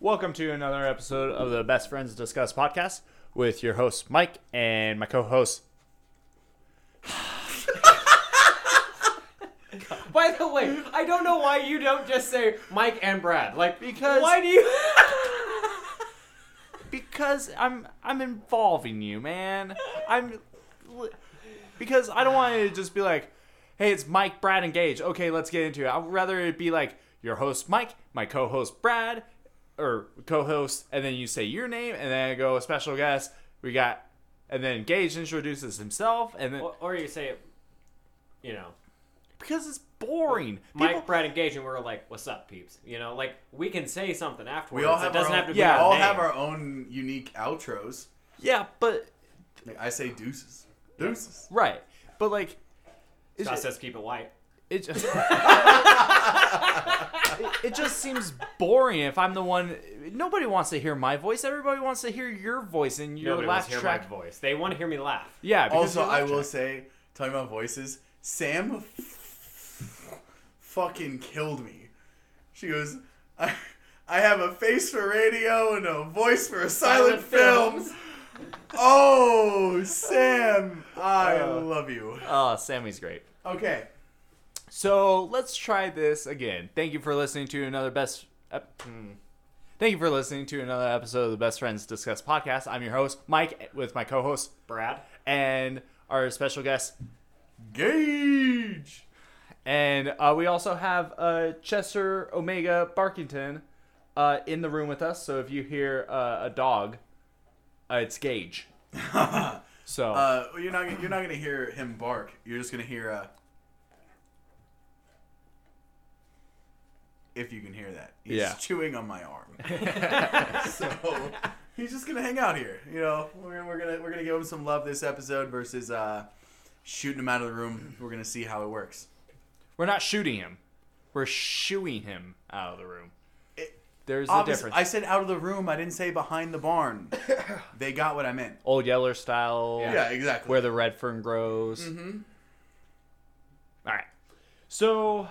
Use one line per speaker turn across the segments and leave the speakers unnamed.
Welcome to another episode of the Best Friends Discuss podcast with your host Mike and my co-host.
By the way,
Mm-hmm.
I don't know why you don't just say Mike and Brad. Like,
Because-
why do you?
Because I'm I'm involving you, man. I'm because I don't want you to just be like, "Hey, it's Mike, Brad, and Gage." Okay, let's get into it. I'd rather it be like your host Mike, my co-host Brad, or co-host, and then you say your name, and then I go special guest. We got, and then Gage introduces himself, and then
or, or you say, you know,
because it's boring.
Mike,
People-
Brad, and Gage, and we're like, "What's up, peeps?" You know, like we can say something afterwards.
We all
it
have
doesn't
our
have
own,
to be.
we
yeah,
our
all
name.
have our own unique outros.
yeah, but
Like, I say deuces. Deuces.
Right. But like it's,
Scott says, "Keep it white."
it just It- it just seems boring if I'm the one nobody wants to hear my voice. Everybody wants to hear your voice and your
Nobody wants
laugh
to hear
track.
my voice. They want to hear me laugh.
Yeah, because
Also,
your laugh
I will
track-
say, talking about voices, Sam f- fucking killed me. She goes, I, I have a face for radio and a voice for
Silent
silent, films. oh, Sam, I
Uh.
love you.
Oh, Sammy's great.
Okay.
So let's try this again. Thank you for listening to another best. ep- hmm. Thank you for listening to another episode of the Best Friends Discuss podcast. I'm your host, Mike, with my co-host
Brad,
and our special guest,
Gage.
And uh, we also have uh, Chester Omega Barkington uh, in the room with us. So if you hear uh, a dog, uh, it's Gage. so
Uh, you're not gonna- you're not gonna hear him bark. You're just gonna hear uh if you can hear that. He's
Yeah.
chewing on my arm. so he's just gonna hang out here. You know, we're, we're gonna we're gonna give him some love this episode versus uh shooting him out of the room. We're gonna see how it works.
we're not shooting him; we're shooing him out of the room.
It-
There's a
Obvious-
difference.
I said out of the room. I didn't say behind the barn. they got what I meant.
Old Yeller style,
Yeah, exactly.
where the red fern grows. Mm-hmm. All right. So,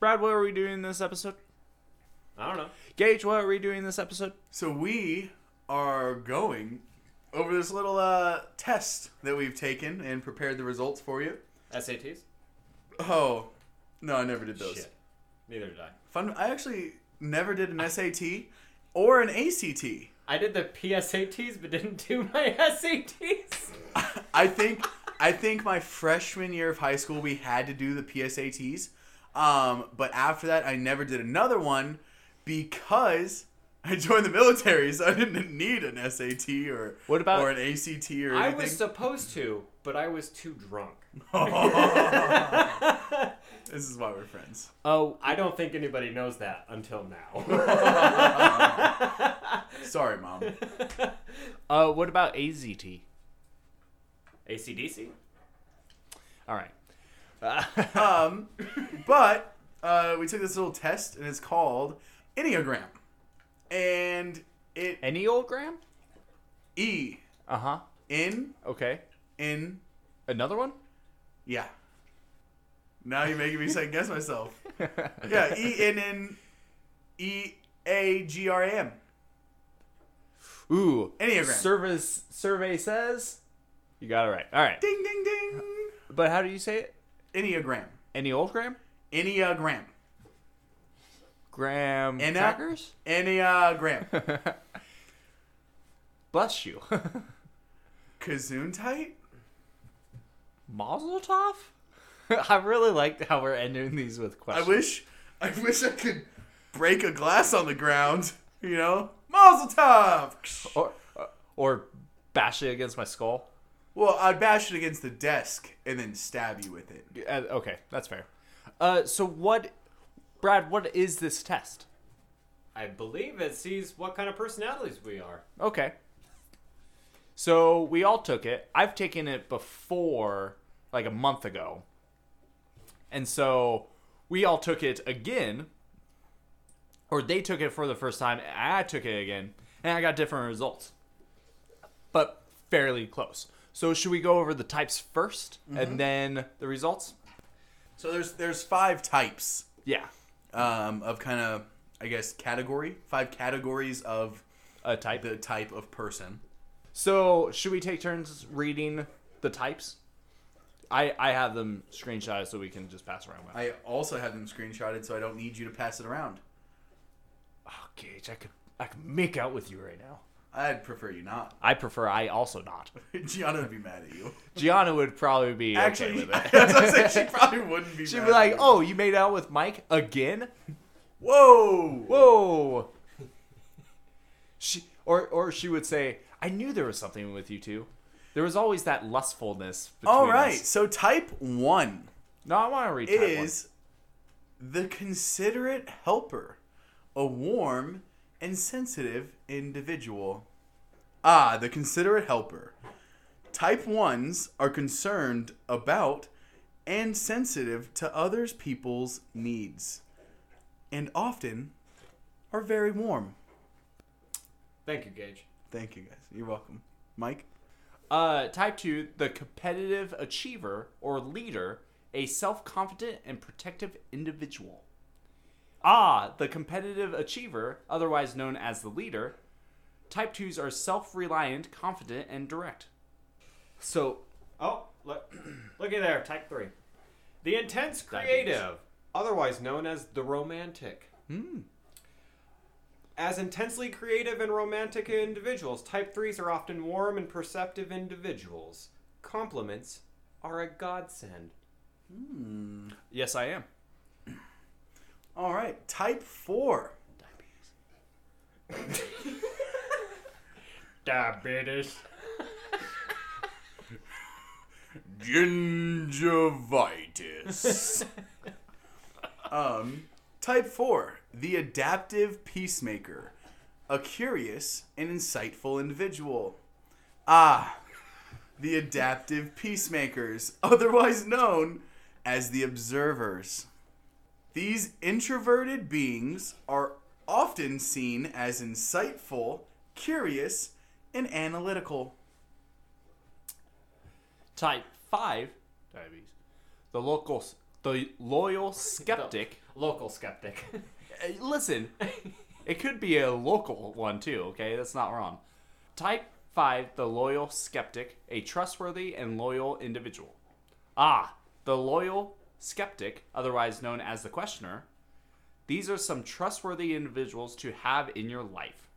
Brad, what are we doing this episode?
I don't know.
Gage, what are we doing this episode?
So we are going over this little uh, test that we've taken and prepared the results for you.
SATs.
Oh, no, I never did those.
Shit. Neither did I.
Fun. I actually never did an SAT or an ACT.
I did the PSATs, but didn't do my SATs.
I think I think my freshman year of high school we had to do the PSATs, um, but after that I never did another one because. I joined the military, so I didn't need an SAT or
What about-
or an ACT or anything.
I was supposed to, but I was too drunk.
Oh. This is why we're friends.
Oh,
I don't think anybody knows that until now.
Sorry, mom.
uh, what about AZT?
ACDC?
All right.
Um, but uh, we took this little test, and it's called Enneagram, and it
Any old gram?
E
Uh huh.
in
Okay.
in
Another one?
yeah. Now you're making me second guess myself. Yeah, E N N E A G R A M.
Ooh.
Enneagram.
Service survey says you got it right. All right.
Ding ding ding.
But how do you say it?
Enneagram.
Any old gram?
Enneagram.
Gram
Enna?
crackers?
Enneagram.
Bless you.
Kazoon tight.
Mazel tov? I really liked how we're ending these with
I
questions.
wish, I wish I could break a glass on the ground. You know, Mazel Tov.
or, or bash it against my skull.
Well, I'd bash it against the desk and then stab you with it.
Uh, okay, that's fair. Uh, so what, Brad? What is this test?
I believe it sees what kind of personalities we are.
Okay. So we all took it. I've taken it before, like a month ago. And so we all took it again, or they took it for the first time. and I took it again, and I got different results, but fairly close. So should we go over the types 1st and then the results?
So there's there's five types
Yeah.
um, of kind of I guess, category. Five categories of
A type.
the type of person.
So should we take turns reading the types? I I have them screenshotted so we can just pass around. With.
I also have them screenshotted, so I don't need you to pass it around.
oh, Gage, I could I could make out with you right now.
I'd prefer you not.
I prefer I also not.
Gianna would be mad at you.
Gianna would probably be
Actually,
okay with it.
that's what I'm saying, she probably wouldn't be.
She'd
mad
be
at
like,
you.
"Oh, you made out with Mike again?
whoa,
Whoa!" She or or she would say, "I knew there was something with you two. There was always that lustfulness." Between
All right,
us."
so type one
No, I want to read type one.
is the considerate helper, a warm and sensitive individual. Ah, the considerate helper. Type ones are concerned about and sensitive to others' people's needs, and often are very warm.
Thank you, Gage.
Thank you guys. You're welcome, Mike.
Uh, type two, the competitive achiever or leader, a self confident and protective individual. Ah, the competitive achiever, otherwise known as the leader. Type twos are self reliant, confident, and direct. So,
Oh, look, looky there. Type three, the intense creative, otherwise known as the romantic. As intensely creative and romantic individuals, type threes are often warm and perceptive individuals. Compliments are a godsend.
yes, I am.
All right, type four.
Diabetes.
Gingivitis. um, type 4, the adaptive peacemaker, a curious and insightful individual. Ah, the adaptive peacemakers, otherwise known as the observers. These introverted beings are often seen as insightful, curious, and analytical.
Type five, diabetes. The local, the loyal skeptic.
Local skeptic.
Uh, listen, it could be a local one too, okay? That's not wrong. Type 5, the loyal skeptic, a trustworthy and loyal individual. Ah, the loyal skeptic, otherwise known as the questioner. These are some trustworthy individuals to have in your life.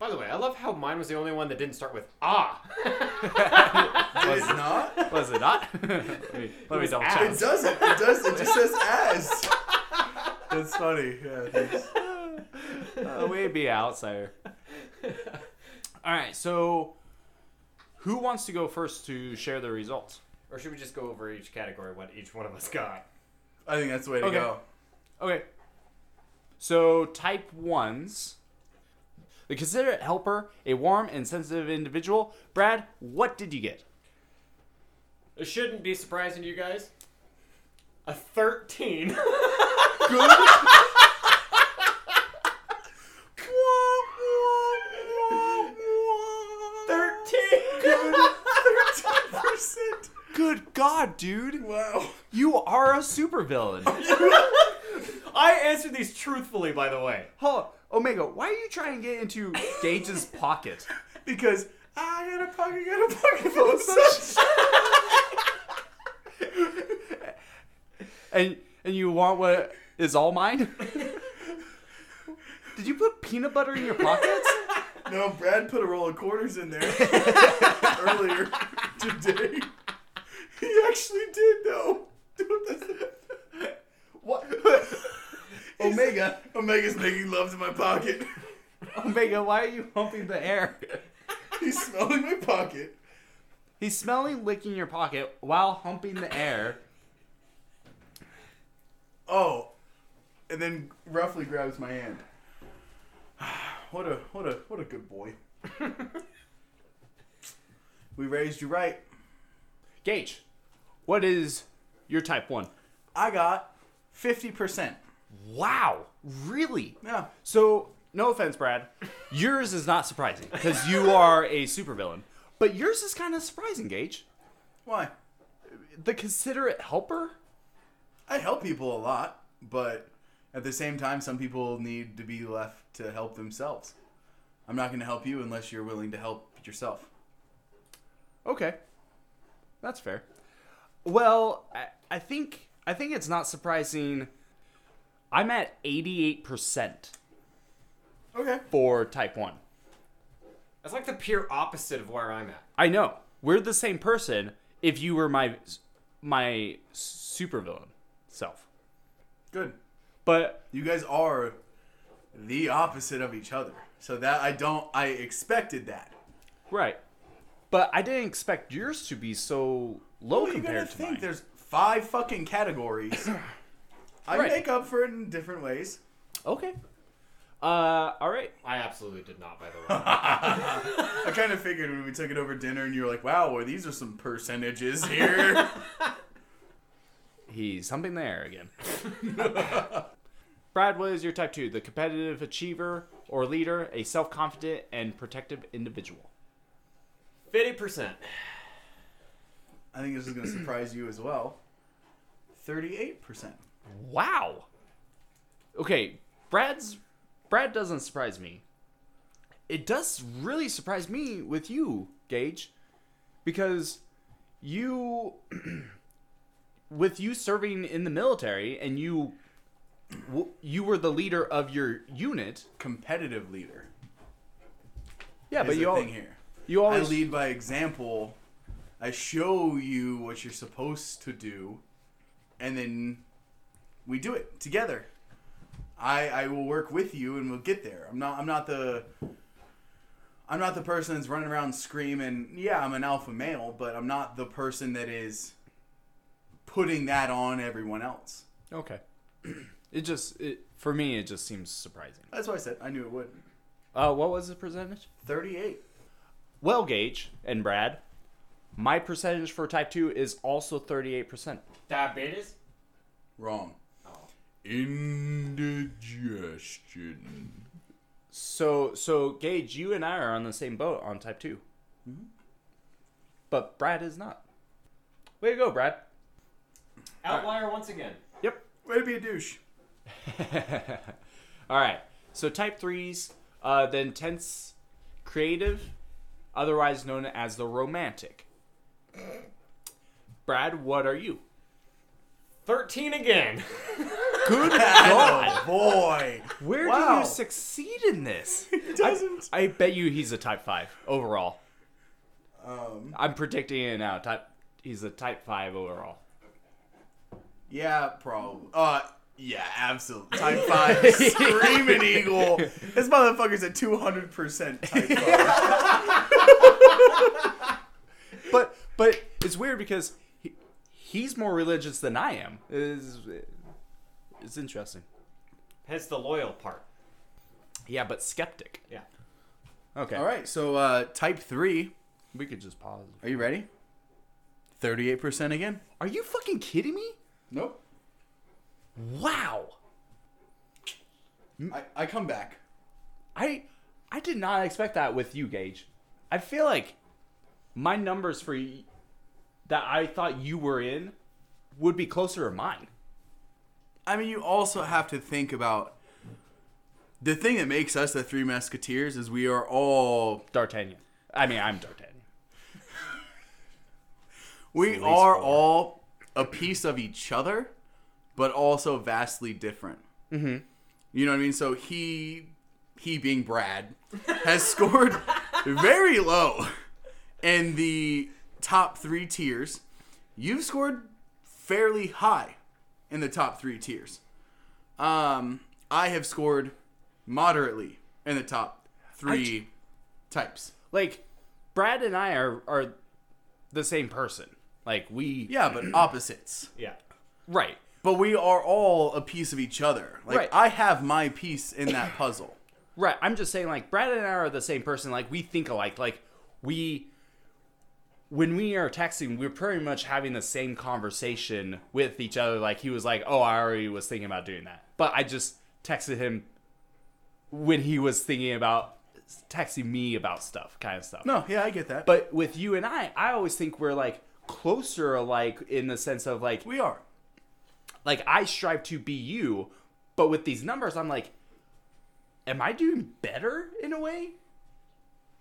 By the way, I love how mine was the only one that didn't start with ah.
Did it not?
Was it not? let me, let me double
It
check.
doesn't. It does. It just says as. That's funny. Yeah. Thanks.
Uh, we'd be outsider. All right, so who wants to go first to share the results?
or should we just go over each category what each one of us got?
I think that's the way to
Okay.
go.
Okay. So type ones. The considerate helper, a warm and sensitive individual. Brad, what did you get?
It shouldn't be surprising to you guys. A 13.
Thirteen percent.
Good God, dude.
Wow.
You are a supervillain.
I answered these truthfully, by the way.
Huh, Omega, why are you trying to get into Gage's pocket?
Because I got a pocket, got a pocket full of such.
And and you want what is all mine? Did you put peanut butter in your pockets?
No, Brad put a roll of quarters in there earlier today. He actually did though. Dude, that's-
What?
Omega. Omega's making love to my pocket.
Omega, why are you humping the air?
He's smelling my pocket.
He's smelling licking your pocket while humping the air.
Oh, and then roughly grabs my hand. What a what a what a good boy. we raised you right.
Gage, what is your type one?
I got fifty percent.
Wow, really?
Yeah.
So, no offense, Brad, yours is not surprising because you are a supervillain, but yours is kind of surprising, Gage.
Why?
The considerate helper?
I help people a lot, but At the same time, some people need to be left to help themselves. I'm not going to help you unless you're willing to help yourself.
Okay, that's fair. Well, I, I think I think it's not surprising. I'm at 88 percent
Okay.
for type one.
That's like the pure opposite of where I'm at.
I know we're the same person. If you were my my supervillain self,
Good.
but
You guys are the opposite of each other. So that I don't I expected that.
right, but I didn't expect yours to be so low
Well, you gotta
compared to
think
mine.
there's five fucking categories. I
Right.
make up for it in different ways.
Okay. Uh, all right.
I absolutely did not, by the way.
I kind of figured when we took it over dinner and you were like, wow, well, these are some percentages here.
He's humping the air again. Brad, what is your type two? The competitive achiever or leader, a self confident and protective individual.
Fifty percent.
I think this is going to surprise you as well. 38%.
Wow. Okay, Brad's Brad doesn't surprise me. It does really surprise me with you, Gage, because you with you serving in the military and you w- you were the leader of your unit.
Competitive leader.
Yeah,
Is
but
the
you al-
thing here.
you
I
always
lead by example. I show you what you're supposed to do, and then we do it together. I I will work with you, and we'll get there. I'm not I'm not the I'm not the person that's running around screaming. Yeah, I'm an alpha male, but I'm not the person that is putting that on everyone else.
Okay. it just it for me it just seems surprising.
That's why I said I knew it would.
Uh, what was the percentage?
Thirty-eight.
Well, Gage and Brad, my percentage for type two is also thirty-eight percent.
Diabetes.
Wrong.
Oh.
Indigestion.
So so Gage, you and I are on the same boat on type 2 Mm-hmm. but Brad is not. Way to go, Brad.
Outlier once again.
Yep.
Way to be a douche.
All right. So type threes, uh, the intense, creative, otherwise known as the romantic. Brad, what are you?
Thirteen again.
Good
Oh boy.
Where do
Wow.
you succeed in this?
doesn't.
I bet you he's a type five overall.
Um,
I'm predicting it now. Type he's a type five overall.
yeah, probably. Uh, yeah, absolutely. Type five, screaming eagle. This motherfucker's a two hundred percent type five.
But but it's weird because he, he's more religious than I am. Is it's interesting.
Hence the loyal part.
Yeah, but skeptic.
Yeah.
Okay.
All right, so uh, type three.
We could just pause.
Are you ready? Thirty-eight percent again.
Are you fucking kidding me?
Nope.
Wow.
I, I come back.
I I did not expect that with you, Gage. I feel like my numbers for y- that I thought you were in would be closer to mine.
I mean, you also have to think about the thing that makes us the Three Musketeers is we are all
D'Artagnan. I mean, I'm D'Artagnan.
We
least
are
four.
all a piece of each other, but also vastly different. Mm-hmm. You know what I mean? So he, he being Brad, has scored very low in the top three tiers. You've scored fairly high in the top three tiers. Um, I have scored moderately in the top three types.
Like, Brad and I are are the same person. Like we
Yeah, but opposites.
Yeah.
right.
But we are all a piece of each other. Like
Right.
I have my piece in that puzzle.
Right. I'm just saying, like, Brad and I are the same person. Like, we think alike. Like, we, when we are texting, we're pretty much having the same conversation with each other. Like, he was like, oh, I already was thinking about doing that. But I just texted him when he was thinking about texting me about stuff, kind of stuff.
No, yeah, I get that. But
But with you and I, I always think we're like closer alike in the sense of like,
we are.
like I strive to be you, But with these numbers, I'm like, am I doing better in a way?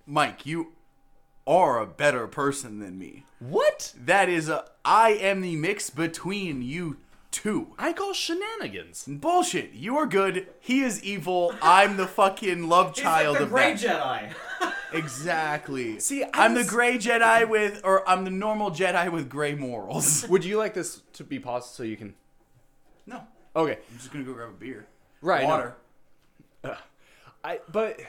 Mike, you are a better person than me.
What?
That is a I am the mix between you two.
I call shenanigans.
Bullshit. You are good. He is evil. I'm the fucking love
He's like
child
the
of
Grey
that.
Jedi.
Exactly.
See, I
I'm the
was-
gray Jedi with, or I'm the normal Jedi with gray morals.
Would you like this to be paused so you can?
no,
Okay.
I'm just gonna go grab a beer.
Right, no.
Water.
I but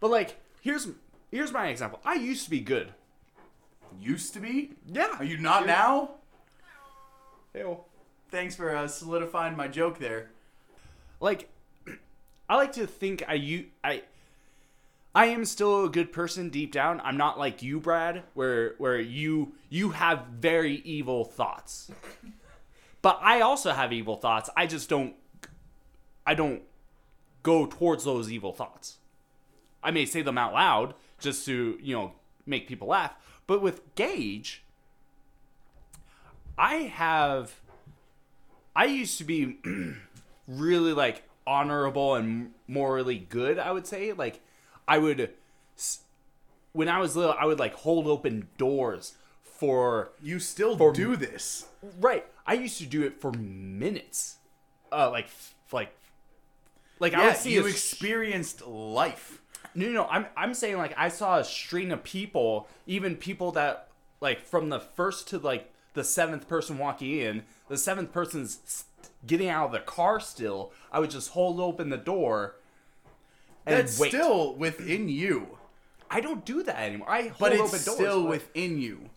but like here's here's my example. I used to be good.
Used to be.
Yeah.
Are you not now?
Ew.
Thanks for uh, solidifying my joke there.
like I like to think I you I I am still a good person deep down. I'm not like you, Brad, where where you you have very evil thoughts. but I also have evil thoughts. I just don't I don't go towards those evil thoughts. I may say them out loud just to, you know, make people laugh, but with Gage I have I used to be really like honorable and morally good i would say like i would s- when i was little i would like hold open doors for
You still do this.
right i used to do it for minutes uh like f- like like i
Yeah,
would see
you
a-
experienced life.
no, no, no, I'm I'm saying like I saw a string of people, even people that like from the first to like the seventh person walking in, the seventh person's st- getting out of the car still. I would just hold open the door and
That's
wait.
still within you,
I don't do that anymore. I hold
but
open
it's
doors.
still
but-
within you.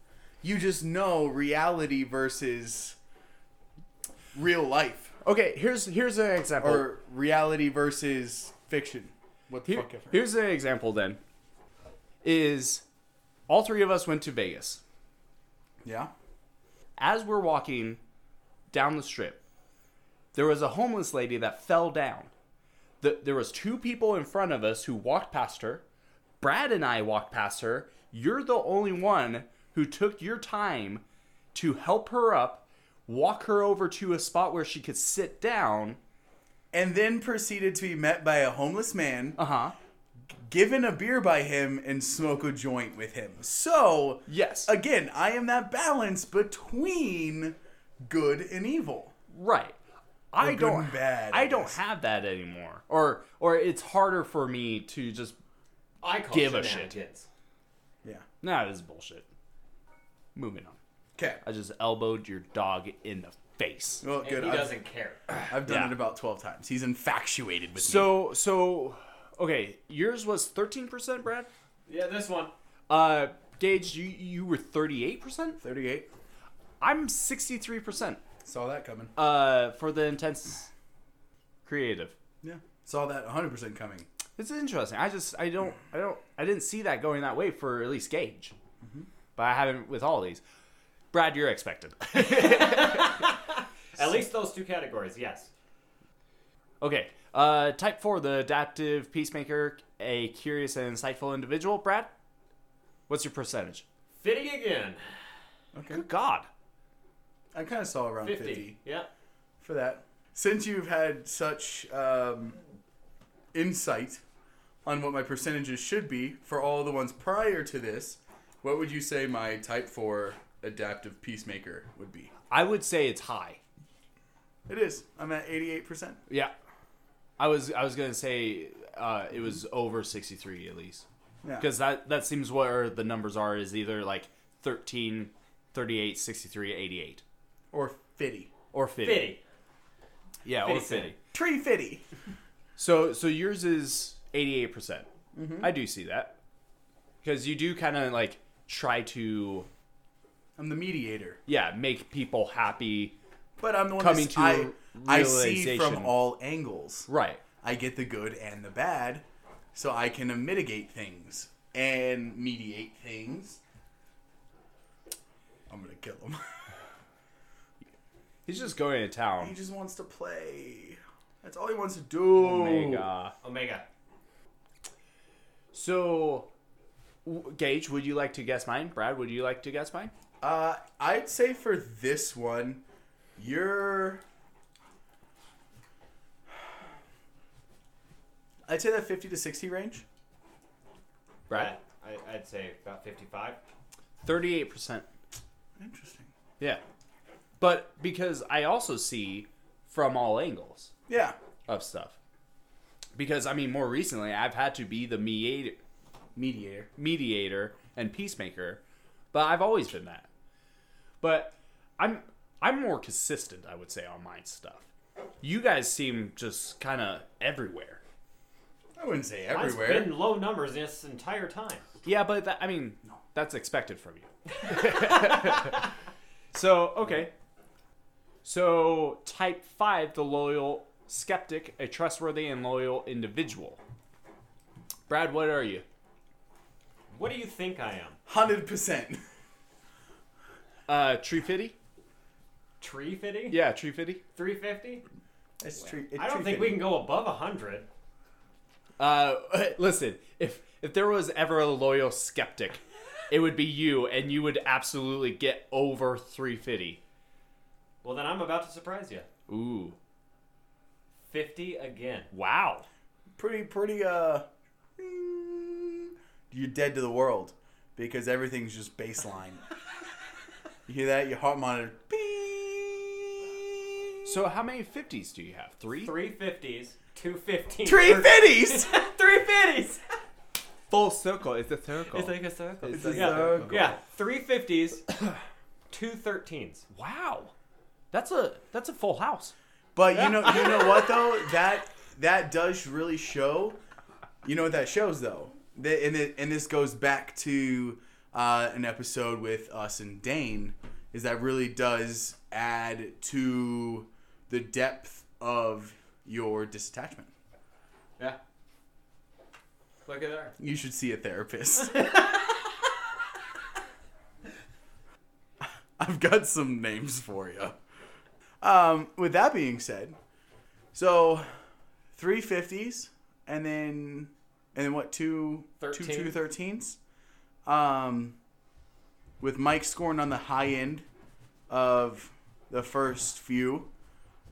You just know reality versus real life,
Okay, here's here's an example.
or reality versus fiction. What the
Here-
fuck? ever.
here's an example then. Is all three of us went to Vegas.
Yeah.
as we're walking down the strip, there was a homeless lady that fell down. The, there was two people in front of us who walked past her. Brad and I walked past her. You're the only one who took your time to help her up, walk her over to a spot where she could sit down.
And then proceeded to be met by a homeless man,
Uh huh.
given a beer by him, and smoke a joint with him. So
Yes.
again, I am that balance between good and evil.
Right. I
good
don't
and bad, I
I don't
guess.
have that anymore. Or or it's harder for me to just
I call
Give a
shenanigans.
Yeah.
nah, this is bullshit. Moving on.
Okay.
I just elbowed your dog in the face.
Well,
And
good.
he
I've-
doesn't care.
I've done
Yeah.
it about 12 times. He's infatuated with me.
So so okay, yours was 13%, Brad?
yeah, this one.
Uh Gage, you you were 38%?
38.
I'm 63%
Saw that coming.
uh for the intense creative.
Yeah. Saw that 100% coming.
It's interesting. I just I don't I don't I didn't see that going that way for at least Gage. But I haven't with all these. Brad, you're expected.
At least those two categories, yes.
okay. Uh type 4 the adaptive peacemaker, a curious and insightful individual. Brad, what's your percentage?
Fitty again.
Okay.
Good God.
I kind of saw around
50.
50.
Yep.
for that. Since you've had such um, insight on what my percentages should be for all the ones prior to this, what would you say my type 4 adaptive peacemaker would be?
I would say it's high.
It is. I'm at 88%.
Yeah. I was I was gonna say uh, it was over sixty three at least
Yeah.
because that that seems where the numbers are is either like 13, 38, 63, 88
Or 50.
or fifty.
Fitty.
Yeah, or
50 cent.
fifty.
Tree 50.
So so yours is eighty eight percent. I do see that because you do kind of like try to
I'm the mediator.
yeah make people happy
But I'm the one
Coming
that's, I,
to
I see
realization.
from all angles.
right.
I get the good and the bad, so I can mitigate things and mediate things. I'm gonna kill him.
He's just going to
he
town.
just wants to play. That's all he wants to do.
Oh my god.
Omega.
So, w- Gage, would you like to guess mine? Brad, would you like to guess mine?
Uh, I'd say for this one, you're I'd say that 50 to 60 range.
Brad?
I, I'd say about 55.
38%.
Interesting.
Yeah. But because I also see from all angles
Yeah.
of stuff. Because, I mean, more recently, I've had to be the mediator,
Mediator.
mediator and peacemaker, but I've always been that. But I'm I'm more consistent, I would say, on my stuff. You guys seem just kind of everywhere.
I wouldn't say
Mine's
everywhere.
been low numbers this entire time.
Yeah, but that, I mean, that's expected from you. so, okay. So, type five, the loyal skeptic, a trustworthy and loyal individual. Brad, what are you?
What do you think I am?
100%.
Uh, tree fitty?
Tree fitty?
Yeah, tree fitty.
350?
That's true.
I don't think we can go above 100.
Uh, listen, if if there was ever a loyal skeptic, it would be you, and you would absolutely get over 350.
Well, then I'm about to surprise you.
Ooh,
50 again.
wow.
Pretty, pretty, uh. mm, You're dead to the world because everything's just baseline. you hear that? Your heart monitor. Beep.
So how many 50s do you have? Three?
Three fifties, two fifties.
Tree fitties!
Three fifties.
Full circle. It's a circle.
It's like a circle.
It's
a
yeah.
circle.
Yeah. Three fifties, two thirteens.
wow, that's a that's a full house.
But you know, you know what though? That that does really show. You know what that shows though, That- and it, and this goes back to uh, an episode with us and Dane. Is that really does add to the depth of your disattachment?
Yeah. Look at that.
You should see a therapist. I've got some names for you. Um, with that being said, so three fifties, and then and then what two two
Thirteen.
two thirteens, um, with Mike scoring on the high end of the first few,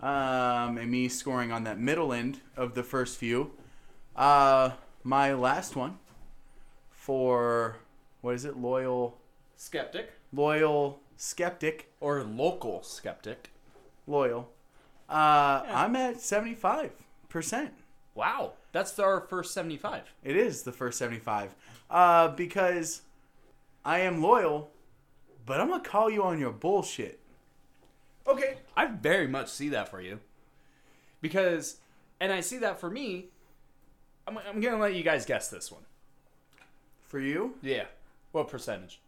um, and me scoring on that middle end of the first few. Uh, my last one for what is it? Loyal,
Skeptic.
loyal skeptic,
Or local skeptic.
loyal. Uh, I'm at seventy five percent.
Wow, that's our first 75.
It is the first seventy five uh, because I am loyal, but I'm gonna call you on your bullshit.
Okay. I very much see that for you. Because, and I see that for me, I'm, I'm going to let you guys guess this one.
For you,
Yeah. What percentage?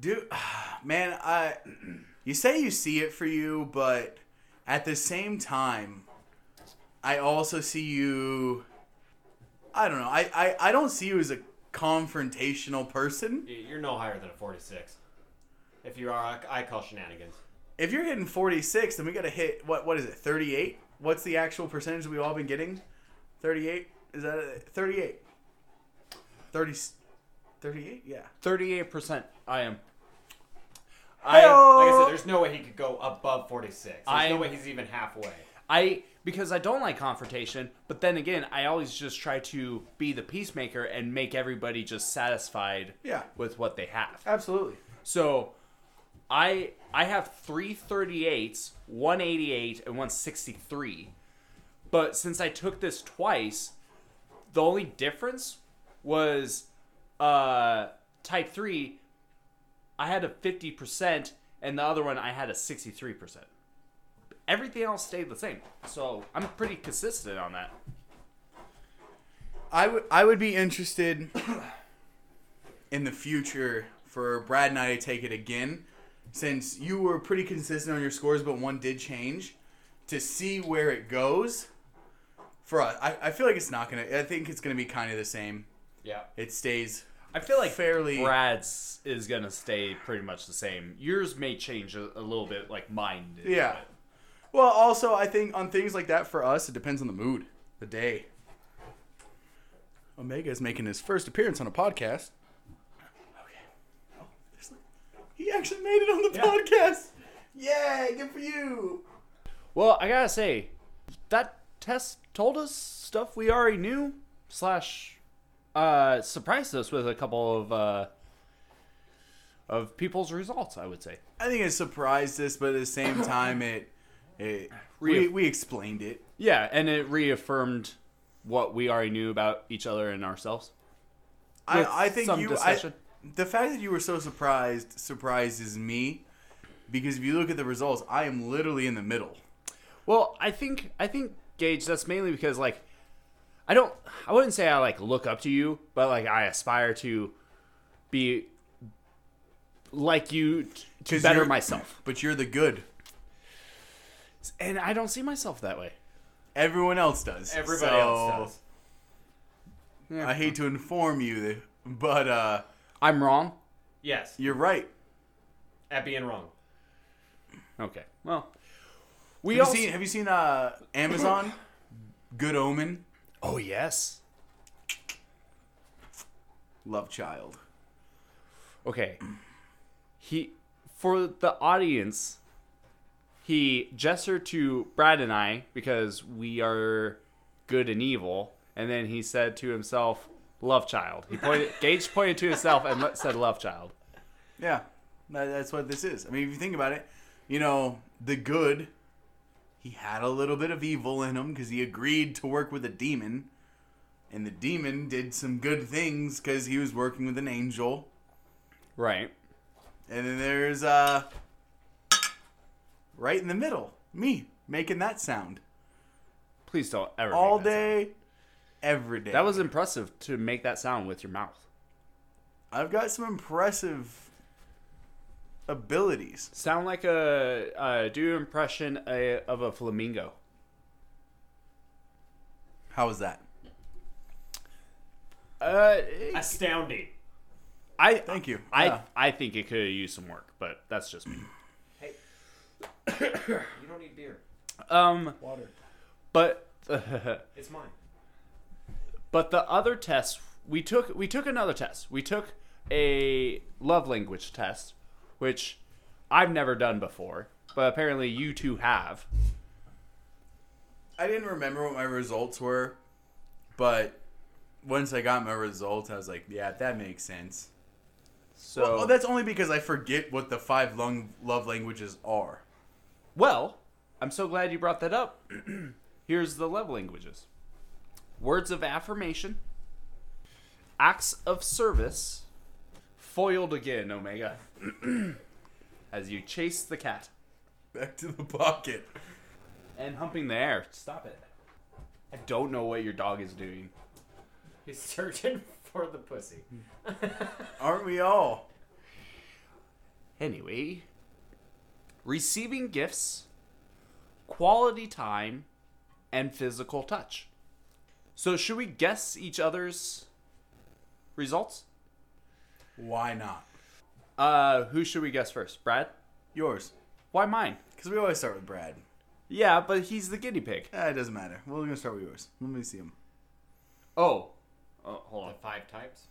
dude, man, I you say you see it for you, but at the same time, I also see you. I don't know. I I, I don't see you as a confrontational person.
Y- You're no higher than a forty-six. If you are, I I call shenanigans.
If you're hitting 46, then we gotta hit what what is it? 38. What's the actual percentage we've all been getting? 38. Is that it? 38? 30. 38. Yeah.
38% I am.
Hey-o.
I,
Like I said, there's no way he could go above forty-six. There's no
I'm-
way he's even halfway.
I, because I don't like confrontation, but then again, I always just try to be the peacemaker and make everybody just satisfied
Yeah.
with what they have.
Absolutely.
So I I have three 38s, 188, and 163. But since I took this twice, the only difference was uh type 3 I had a 50% and the other one I had a 63%. Everything else stayed the same. So I'm pretty consistent on that.
I would I would be interested in the future for Brad and I to take it again, since you were pretty consistent on your scores, but one did change. To see where it goes for us, I, I feel like it's not gonna. I think it's gonna be kind of the same.
Yeah.
It stays.
I feel like
Fairly-
Brad's is gonna stay pretty much the same. Yours may change a, a little bit, like mine did.
Yeah. Well, also I think on things like that for us, it depends on the mood, the day. Omega is making his first appearance on a podcast. Okay. Oh, there's- He actually made it on the podcast. Yay! Good for you.
Well, I gotta say, that test told us stuff we already knew slash uh, surprised us with a couple of uh, of people's results. I would say.
I think it surprised us, but at the same time, it it we,
Reaff-
we explained it.
Yeah, and it reaffirmed what we already knew about each other and ourselves. With
I, I think
some
you. I,
discussion.
the fact that you were so surprised surprises me, because if you look at the results, I am literally in the middle.
Well, I think I think Gage, that's mainly because like I don't I wouldn't say I like look up to you, but like I aspire to be like you t- to
'Cause
better
you're-
myself.
But you're the good.
And I don't see myself that way.
Everyone else does.
Everybody
So,
else does.
I hate to inform you, that, but uh,
I'm wrong.
Yes,
you're right.
at being wrong.
Okay. Well, we
Have you
also-
seen Have you seen uh, Amazon? Good Omen,
Oh yes.
Love Child.
Okay. He for the audience, he gestured to Brad and I because we are good and evil, and then he said to himself, "Love child." He pointed. Gage pointed to himself and le- said, "Love child."
Yeah, that, that's what this is. I mean, if you think about it, you know, the good, he had a little bit of evil in him because he agreed to work with a demon, and the demon did some good things because he was working with an angel.
Right.
And then there's uh, right in the middle, me making that sound
Please don't ever. make
all
that sound.
day, every day.
That was impressive to make that sound with your mouth.
I've got some impressive abilities.
Sound like a uh, do impression uh of a flamingo.
How was that?
Uh,
Astounding.
I
Thank you.
I
Yeah.
I think it could use some work, but that's just me.
Hey, you don't need beer.
Um,
Water.
but
It's mine.
but the other test we took we took another test. We took a love language test, which I've never done before, but apparently you two have.
I didn't remember what my results were, but once I got my results, I was like, yeah, that makes sense.
So well,
oh, that's only because I forget what the five lung- love languages are.
I'm so glad you brought that up. Here's the love languages: words of affirmation, acts of service, foiled again, Omega, as you chase the cat
Back to the pocket.
and humping the air. Stop it. I don't know what your dog is doing.
He's searching for the pussy.
Aren't we all?
Anyway, receiving gifts, quality time, and physical touch. So, should we guess each other's results?
Why not?
Uh, who should we guess first? Brad?
Yours.
Why mine?
Because we always start with Brad.
Yeah, but he's the guinea pig.
Eh, it doesn't matter. We're going to start with yours. Let me see him.
Oh. Oh, hold
The
on.
five types.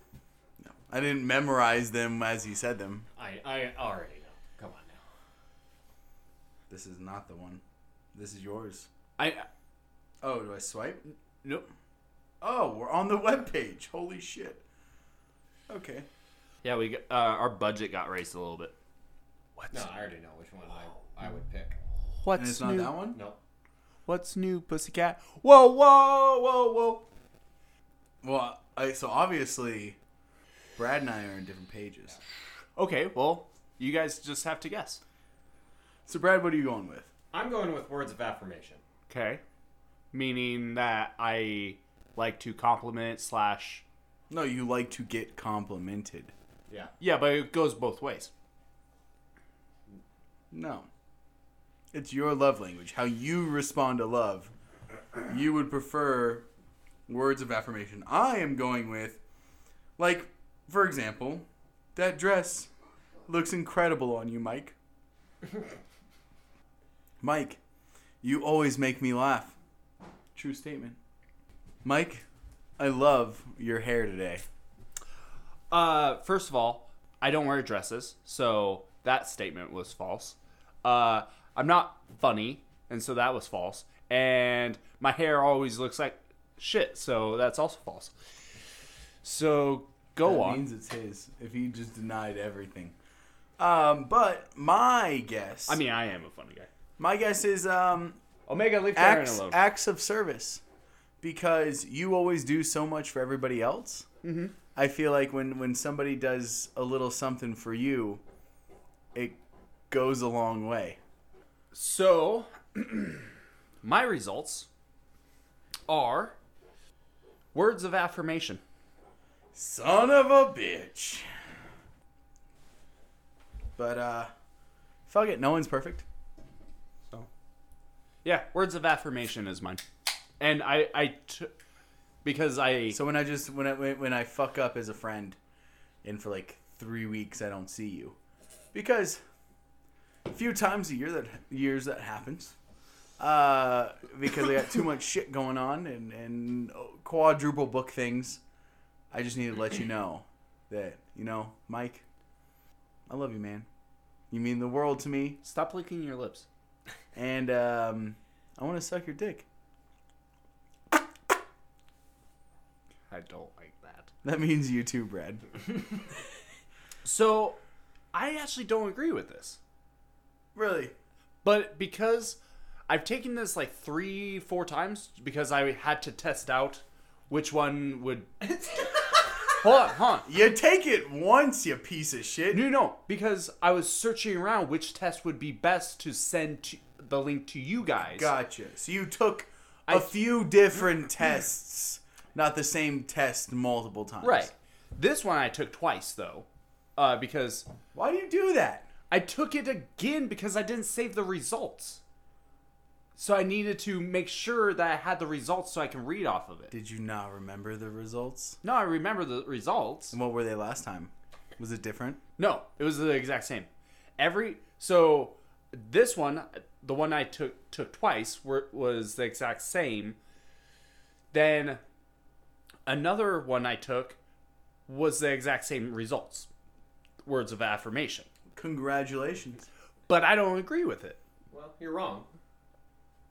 No. I didn't memorize them as he said them.
I I already know. Come on now.
This is not the one. This is yours.
I
Oh, do I swipe?
nope.
Oh, we're on the webpage. Holy shit. Okay.
Yeah, we got- uh, our budget got raised a little bit.
No, I already know which one I, I would pick.
What's
And it's not that one?
No.
What's new, pussycat? Whoa, whoa, whoa, whoa.
Well, I, so obviously, Brad and I are on different pages.
Okay, well, you guys just have to guess.
So, Brad, what are you going with?
I'm going with words of affirmation.
Okay. Meaning that I like to compliment slash.
No, you like to get complimented.
Yeah.
Yeah, but it goes both ways.
No. It's your love language, how you respond to love. You would prefer words of affirmation. I am going with, like, for example, that dress looks incredible on you, Mike. Mike, you always make me laugh. True statement. Mike, I love your hair today.
Uh, first of all, I don't wear dresses, so that statement was false. Uh, I'm not funny, and so that was false. And my hair always looks like shit, so that's also false. So go
that
on.
means it's his if he just denied everything. Um, but my guess.
I mean, I am a funny guy.
my guess is um,
Omega, leave Karen
acts
alone.
acts of service, because you always do so much for everybody else. Mm-hmm. I feel like when when somebody does a little something for you, it goes a long way.
So, my results are words of affirmation.
Son of a bitch. But uh, fuck it, no one's perfect.
Yeah, words of affirmation is mine. And I, I, t- because I,
So when I just when I when when I fuck up as a friend, and for like three weeks I don't see you, because a few times a year that years that happens, uh, because I got too much shit going on and and quadruple book things. I just need to let you know that you know, Mike, I love you, man. You mean the world to me,
stop licking your lips.
and um, I want to suck your dick.
I don't like that.
That means you too, Brad.
So, I actually don't agree with this.
Really?
But because I've taken this like three, four times because I had to test out which one would. hold on, hold on.
You take it once, you piece of shit.
No, no, because I was searching around which test would be best to send to the link to you guys.
Gotcha. So you took a few different tests, not the same test multiple times.
Right. This one I took twice though, uh, because
Why do you do that?
I took it again because I didn't save the results. So I needed to make sure that I had the results so I can read off of it.
Did you not remember the results?
No, I remember the results.
And what were they last time? Was it different?
No, it was the exact same. Every so this one, the one I took took twice, were, was the exact same. Then another one I took was the exact same results, words of affirmation.
Congratulations.
But I don't agree with it.
Well, you're wrong.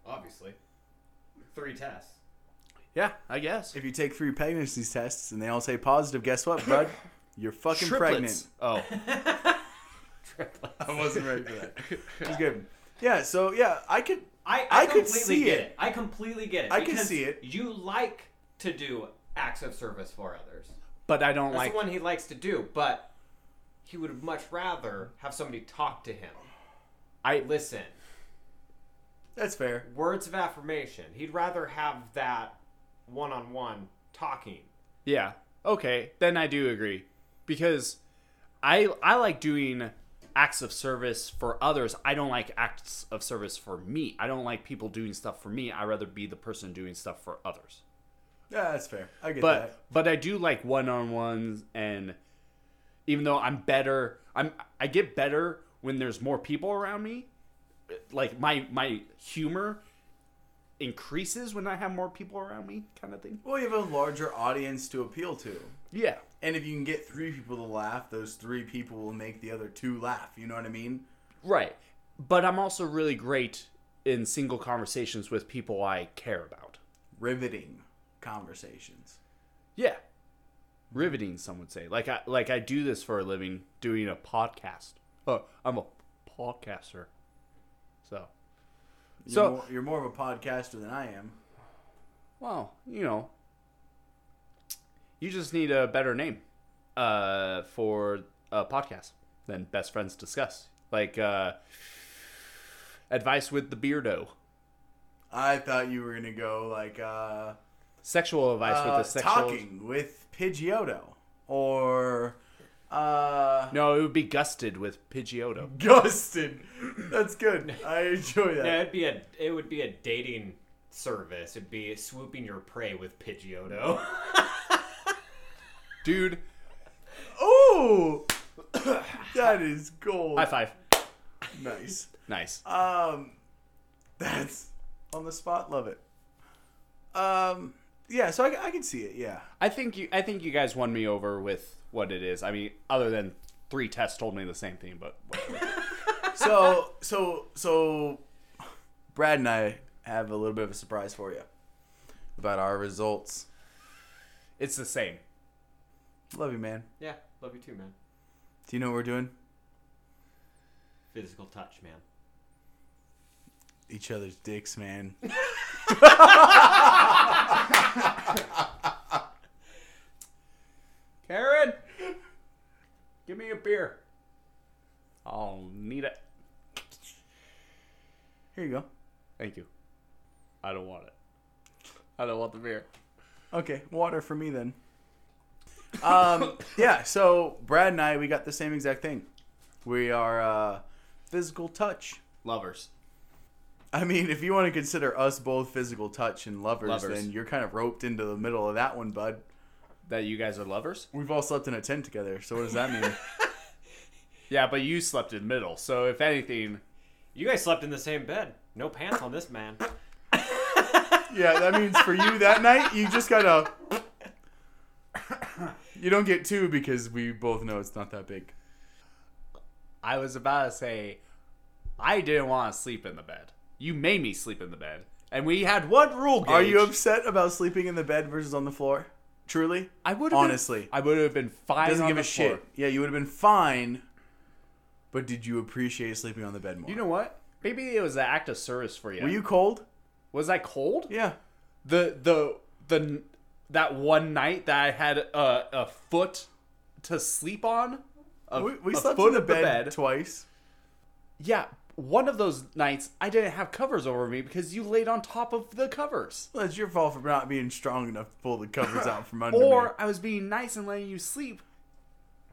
Obviously. Three tests.
Yeah, I guess.
If you take three pregnancy tests and they all say positive, guess what, bud? You're fucking pregnant.
Oh,
I wasn't ready for that. It's good. Yeah. So yeah, I could.
I, I,
I could
completely
see
get
it.
it. I completely get it.
I can
because
see it.
You like to do acts of service for others.
but I don't
That's
like.
the one he likes to do, but he would much rather have somebody talk to him.
I-
listen.
That's fair.
Words of affirmation. He'd rather have that one on one talking.
Yeah. Okay, then I do agree because I I like doing acts of service for others. I don't like acts of service for me. I don't like people doing stuff for me. I would rather be the person doing stuff for others.
Yeah, that's fair. I get
But
that.
but I do like one-on-ones and even though I'm better, I'm I get better when there's more people around me. Like my my humor increases when I have more people around me kind of thing.
Well, you have a larger audience to appeal to.
Yeah.
And if you can get three people to laugh, those three people will make the other two laugh. You know what I mean?
Right. But I'm also really great in single conversations with people I care about.
Riveting conversations.
Yeah. Riveting, some would say. Like I like I do this for a living, doing a podcast. Oh, I'm a podcaster. So
You're
So-
more, you're more of a podcaster than I am.
well, you know. You just need a better name uh for a podcast than best friends discuss. Like uh Advice with the Beardo.
I thought you were gonna go like uh,
Sexual advice
uh,
with the sexual
talking with Pidgeotto or uh,
No, it would be gusted with Pidgeotto.
Gustin. That's good. I enjoy that.
Yeah, it'd be a it would be a dating service. It'd be swooping your prey with Pidgeotto.
Dude,
Ooh, that is gold.
high five.
Nice.
Nice.
Um, that's on the spot. Love it. Um, yeah. So I, I can see it. Yeah.
I think you I think you guys won me over with what it is. I mean, other than three tests told me the same thing, but whatever.
So so so, Brad and I have a little bit of a surprise for you. about our results.
It's the same.
Love you, man.
Yeah, love you too, man.
Do you know what we're doing?
Physical touch, man.
Each other's dicks, man.
Karen, give me a beer. I'll need it.
Here you go.
Thank you. I don't want it. I don't want the beer.
Okay, water for me then. Um, yeah, so Brad and I, we got the same exact thing. We are uh, physical touch.
Lovers.
I mean, if you want to consider us both physical touch and lovers,
Lovers.
then you're kind of roped into the middle of that one, bud.
That you guys are lovers?
We've all slept in a tent together, so what does that mean?
Yeah, but you slept in middle, so if anything,
You guys slept in the same bed. No pants on this man.
yeah, that means for you that night, you just gotta. You don't get two because we both know it's not that big.
I was about to say, I didn't want to sleep in the bed. You made me sleep in the bed, and we had one rule. Gauge.
Are you upset about sleeping in the bed versus on the floor? Truly?
I would
Honestly.
I would have been fine.
doesn't
on
give
the
a shit.
floor.
Yeah, you would have been fine. But did you appreciate sleeping on the bed more?
You know what? Maybe it was an act of service for you.
were you cold?
Was I cold?
Yeah.
The the the that one night that I had a, a foot to sleep on. A,
We, we
a
slept
foot
in the
of the
bed,
bed.
twice.
Yeah, one of those nights I didn't have covers over me because you laid on top of the covers.
Well, it's your fault for not being strong enough to pull the covers out from under me.
Or I was being nice and letting you sleep.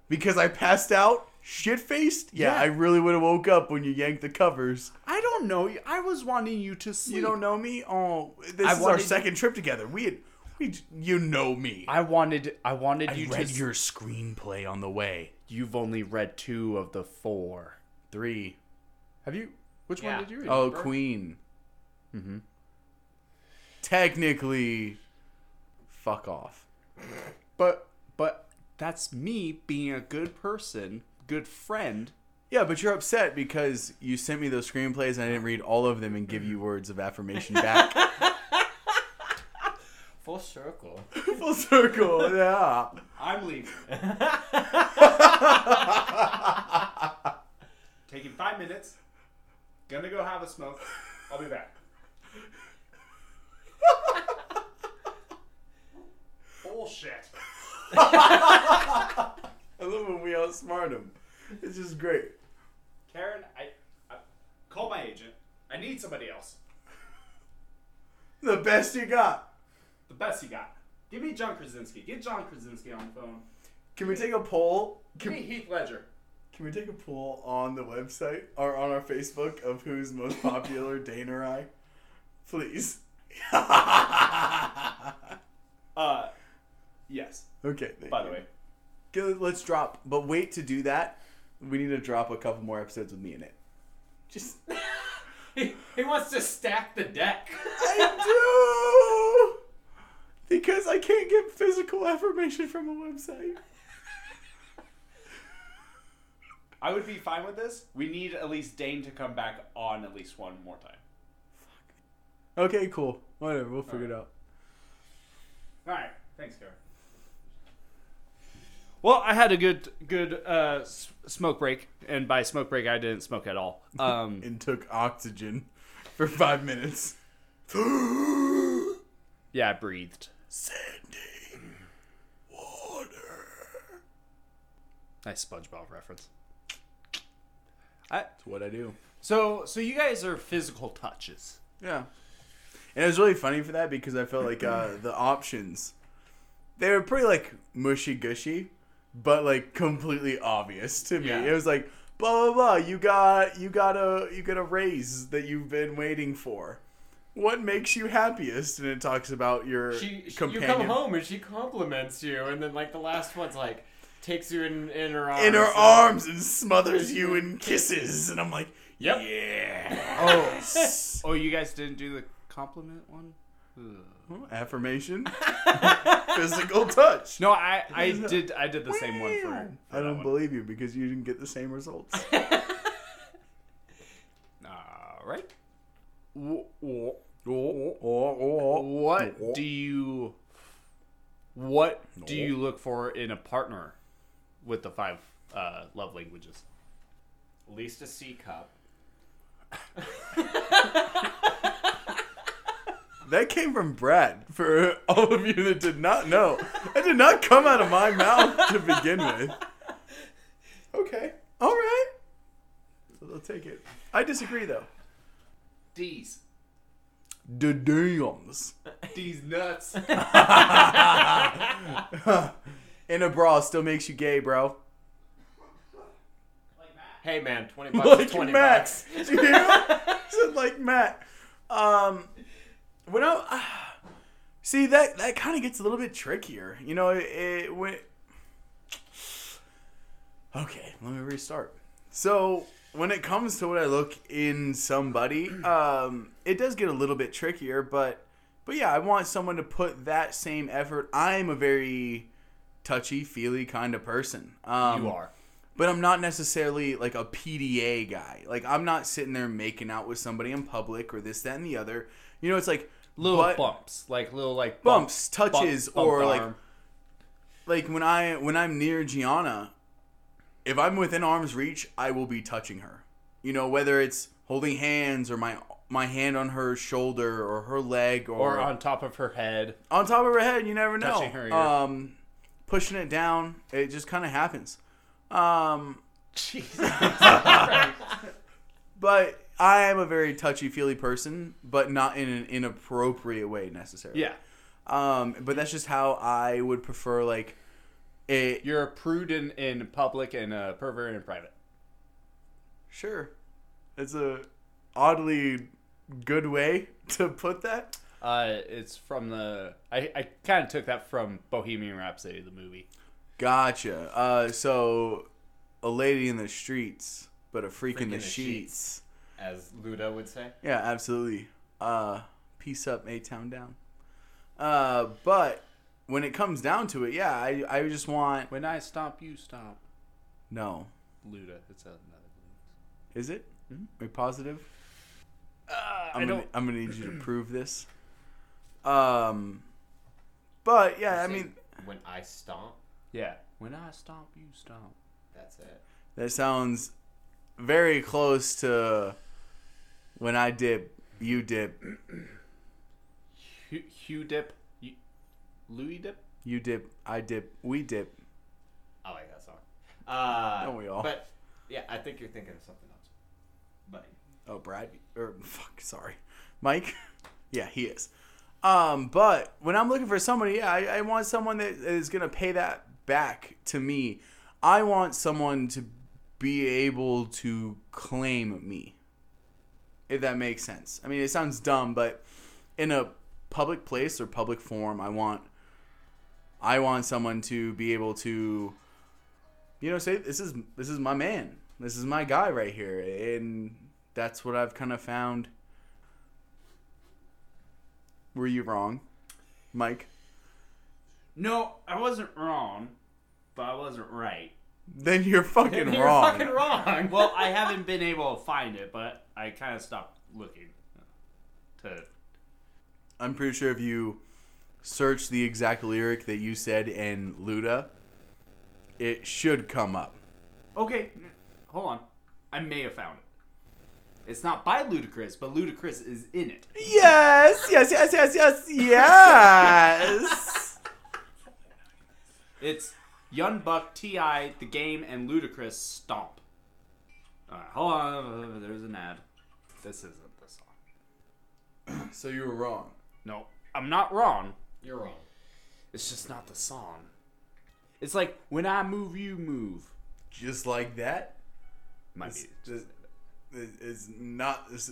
Because I passed out, shit faced. Yeah,
Yeah.
I really would have woke up when you yanked the covers.
I don't know. I was wanting you to sleep.
You don't know me? Oh, this
I
is our
wanted-
second trip together. We had, we, j- you know me.
I wanted. I wanted
I
you
read
to.
your screenplay on the way.
You've only read two of the four.
Three.
Have you? Which
Yeah.
one did you read?
Oh, Queen. Mm-hmm.
Mhm.
Technically, fuck off.
But but that's me being a good person, good friend.
Yeah, but you're upset because you sent me those screenplays and I didn't read all of them and give you words of affirmation back.
Full circle.
Full circle, yeah.
I'm leaving. Taking five minutes. Gonna go have a smoke. I'll be back. Bullshit.
I love when we outsmart him. It's just great.
Karen, I, I call my agent. I need somebody else.
The best you got.
The best you got. Give me John Krasinski. Get John Krasinski on the phone.
Can we take a poll?
Give
Can,
me Heath Ledger.
can we take a poll on the website or on our Facebook of who's most popular, Dane or I? Please.
Uh, yes.
Okay. Thank
By
you.
the way,
Go- Let's drop, but wait to do that. We need to drop a couple more episodes with me in it. Just
He, he wants to stack the deck.
I do because I can't get physical affirmation from a website.
I would be fine with this. We need at least Dane to come back on at least one more time.
Okay, cool. Whatever, we'll figure it out.
All right. Thanks, Karen. Well, I had a good good uh, s- smoke break, and by smoke break, I didn't smoke at all. Um,
And took oxygen for five minutes. Sandy
yeah, I breathed. Mm.
water.
Nice SpongeBob reference. I,
That's what I do.
so so you guys are physical touches.
Yeah. And it was really funny for that because I felt like uh, the options, they were pretty like mushy gushy, but like completely obvious to me.
Yeah.
It was like blah blah blah. You got you got a you got a raise that you've been waiting for. What makes you happiest? And it talks about your
She, she you
companion
come home and she compliments you, and then like the last one's like takes you in, in her arms.
in her
and-
arms and smothers you in kisses. And I'm like,
Yep.
yeah. Oh, s-
Oh, you guys didn't do the compliment one. Ugh.
affirmation, physical touch.
No, I I did I did the same one for. for
I
that
don't
one.
believe you because you didn't get the same results. Oh,
All right. W- w- What do you what do you look for in a partner with the five uh, love languages?
At least a C cup.
That came from Brad. For all of you that did not know, that did not come out of my mouth to begin with. Okay. All right. So they'll take it. I disagree though.
D's.
The Dams.
These nuts.
In a bra still makes you gay, bro.
Hey man, twenty bucks
like
is twenty
Matt.
bucks.
Do you hear him? He said like Matt. Um, when I ah, see that that kind of gets a little bit trickier. You know, it, it when. Okay, let me restart. So when it comes to what I look in somebody, um, it does get a little bit trickier, but but yeah, I want someone to put that same effort. I'm a very touchy feely kind of person. Um,
you are.
but I'm not necessarily like a PDA guy. Like I'm not sitting there making out with somebody in public or this, that, and the other. You know, it's like
Little
but-
bumps, like little like
bumps,
bump-
touches,
bump
or like
arm.
like when I when I'm near Gianna, if I'm within arm's reach, I will be touching her. You know, whether it's holding hands or my my hand on her shoulder or her leg or,
or on top of her head.
on top of her head, you never know.
Touching her ear.
Um, pushing it down, it just kind of happens. Um, but I am a very touchy feely person, but not in an inappropriate way necessarily.
Yeah,
Um, but that's just how I would prefer like it.
you're a prude in, in public and a pervert in private.
Sure, it's a oddly good way to put that.
Uh, it's from the I, I kind of took that from Bohemian Rhapsody, the movie.
Gotcha. Uh, so a lady in the streets, but a freak, in the,
in the sheets.
sheets.
As Ludo would say.
Yeah, absolutely. Uh, peace up, A Town down. Uh, but when it comes down to it, yeah, I, I just want
When I stomp, you stomp.
no.
Luda, it's another. Mm-hmm.
Is it? Are you positive?
Uh,
I'm gonna, I'm gonna need you to prove this. Um, but yeah, I
Say,
mean
when I stomp,
Yeah. When I stomp, you stomp.
that's it.
that sounds very close to when I dip, you dip,
Hugh, Hugh Dip, you, Louis Dip.
you dip, I dip, we dip.
I like that song. Uh,
Don't we all?
But yeah, I think you're thinking of something else. But
Oh, Brad, or fuck, sorry, Mike. Yeah, he is. Um, but when I'm looking for somebody, yeah, I, I want someone that is gonna pay that back to me. I want someone to be able to claim me, if that makes sense. I mean, it sounds dumb, but in a public place or public forum, I want, I want someone to be able to, you know, say this is this is my man, this is my guy right here, and that's what I've kind of found. Were you wrong, Mike?
No, I wasn't wrong, but I wasn't right.
Then you're fucking
you're
wrong.
fucking wrong.
Well, I haven't been able to find it, but I kind of stopped looking. To
I'm pretty sure if you search the exact lyric that you said in Luda, it should come up.
okay, hold on, I may have found it. It's not by Ludacris, but Ludacris is in it.
Yes, yes, yes, yes, yes, yes.
It's Yun Buck, Ti, The Game, and Ludacris Stomp. All right, hold on. There's an ad. This isn't the song.
so you were wrong.
No, I'm not wrong.
you're wrong.
It's just not the song. It's like when I move, you move.
Just like that.
Might
It's
be.
just it- it's not this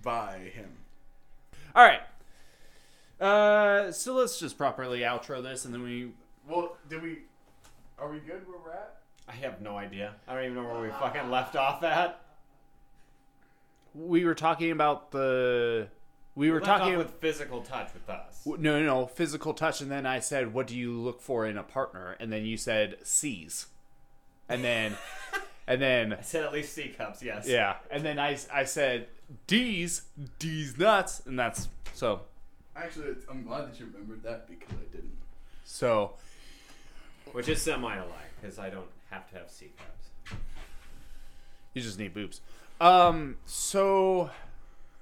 by him.
All right. Uh, so let's just properly outro this, and then we.
Well, did we? Are we good where we're at?
I have no idea. I don't even know where we fucking left off at.
We were talking about the. We were
We're
talking
talking with physical touch with us.
W- No, no, no, physical touch. And then I said, "What do you look for in a partner?" And then you said, "C's," and then, and then,
I said at least C cups, yes.
yeah, and then I, I said, "D's, D's nuts," and that's So,
Actually, it's- I'm glad that you remembered that because I didn't.
so
Which is semi a lie, because I don't have to have C cups.
You just need boobs. Um, so,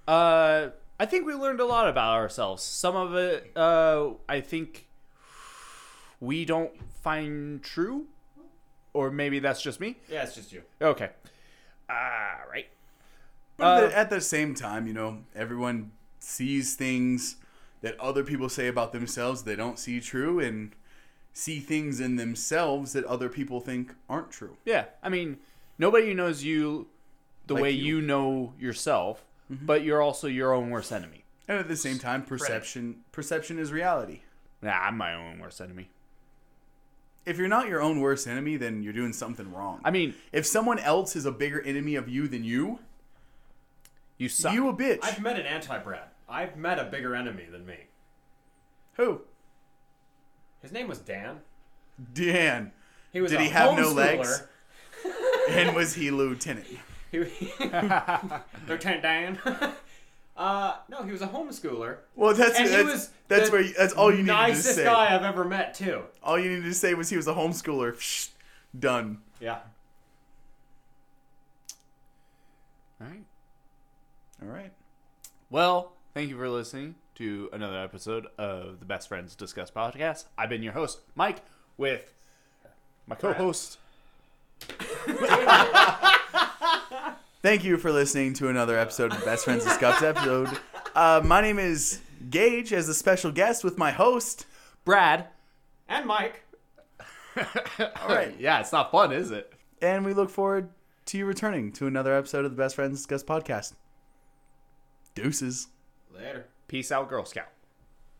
uh, I think we learned a lot about ourselves. Some of it, uh, I think we don't find true, or maybe that's just me.
Yeah, it's just you.
Okay. All right.
But
Uh,
at the- at the same time, you know, everyone sees things that other people say about themselves they don't see true, and see things in themselves that other people think aren't true.
Yeah. I mean, nobody knows you the
Like
way
you. Mm-hmm.
you. know yourself, but you're also your own worst enemy.
And at the same time, perception perception is reality.
Nah, I'm my own worst enemy.
If you're not your own worst enemy, then you're doing something wrong.
I mean,
if someone else is a bigger enemy of you than you,
you suck.
you a bitch.
I've met an anti Brad. I've met a bigger enemy than me.
Who?
His name was Dan.
Dan.
He was a
Did he have no
homeschooler.
legs? And was he lieutenant?
He- Lieutenant Dan. uh, no, he was a homeschooler.
Well, that's
And he
that's,
was
that's
the
where you, that's all Oh, you needed to
Nicest
say.
guy I've ever met, too.
All you needed to say was he was a homeschooler. Psh, Done.
Yeah.
All right.
All right.
Well, thank you for listening to another episode of the Best Friends Discuss podcast. I've been your host, Mike, with my co-host.
Thank you for listening to another episode of Best Friends Discuss episode. Uh, my name is Gage as a special guest with my host.
Brad.
And Mike.
All right.
Yeah, it's not fun, is it?
And we look forward to you returning to another episode of the Best Friends Discuss podcast. Deuces.
Later.
Peace out, Girl Scout.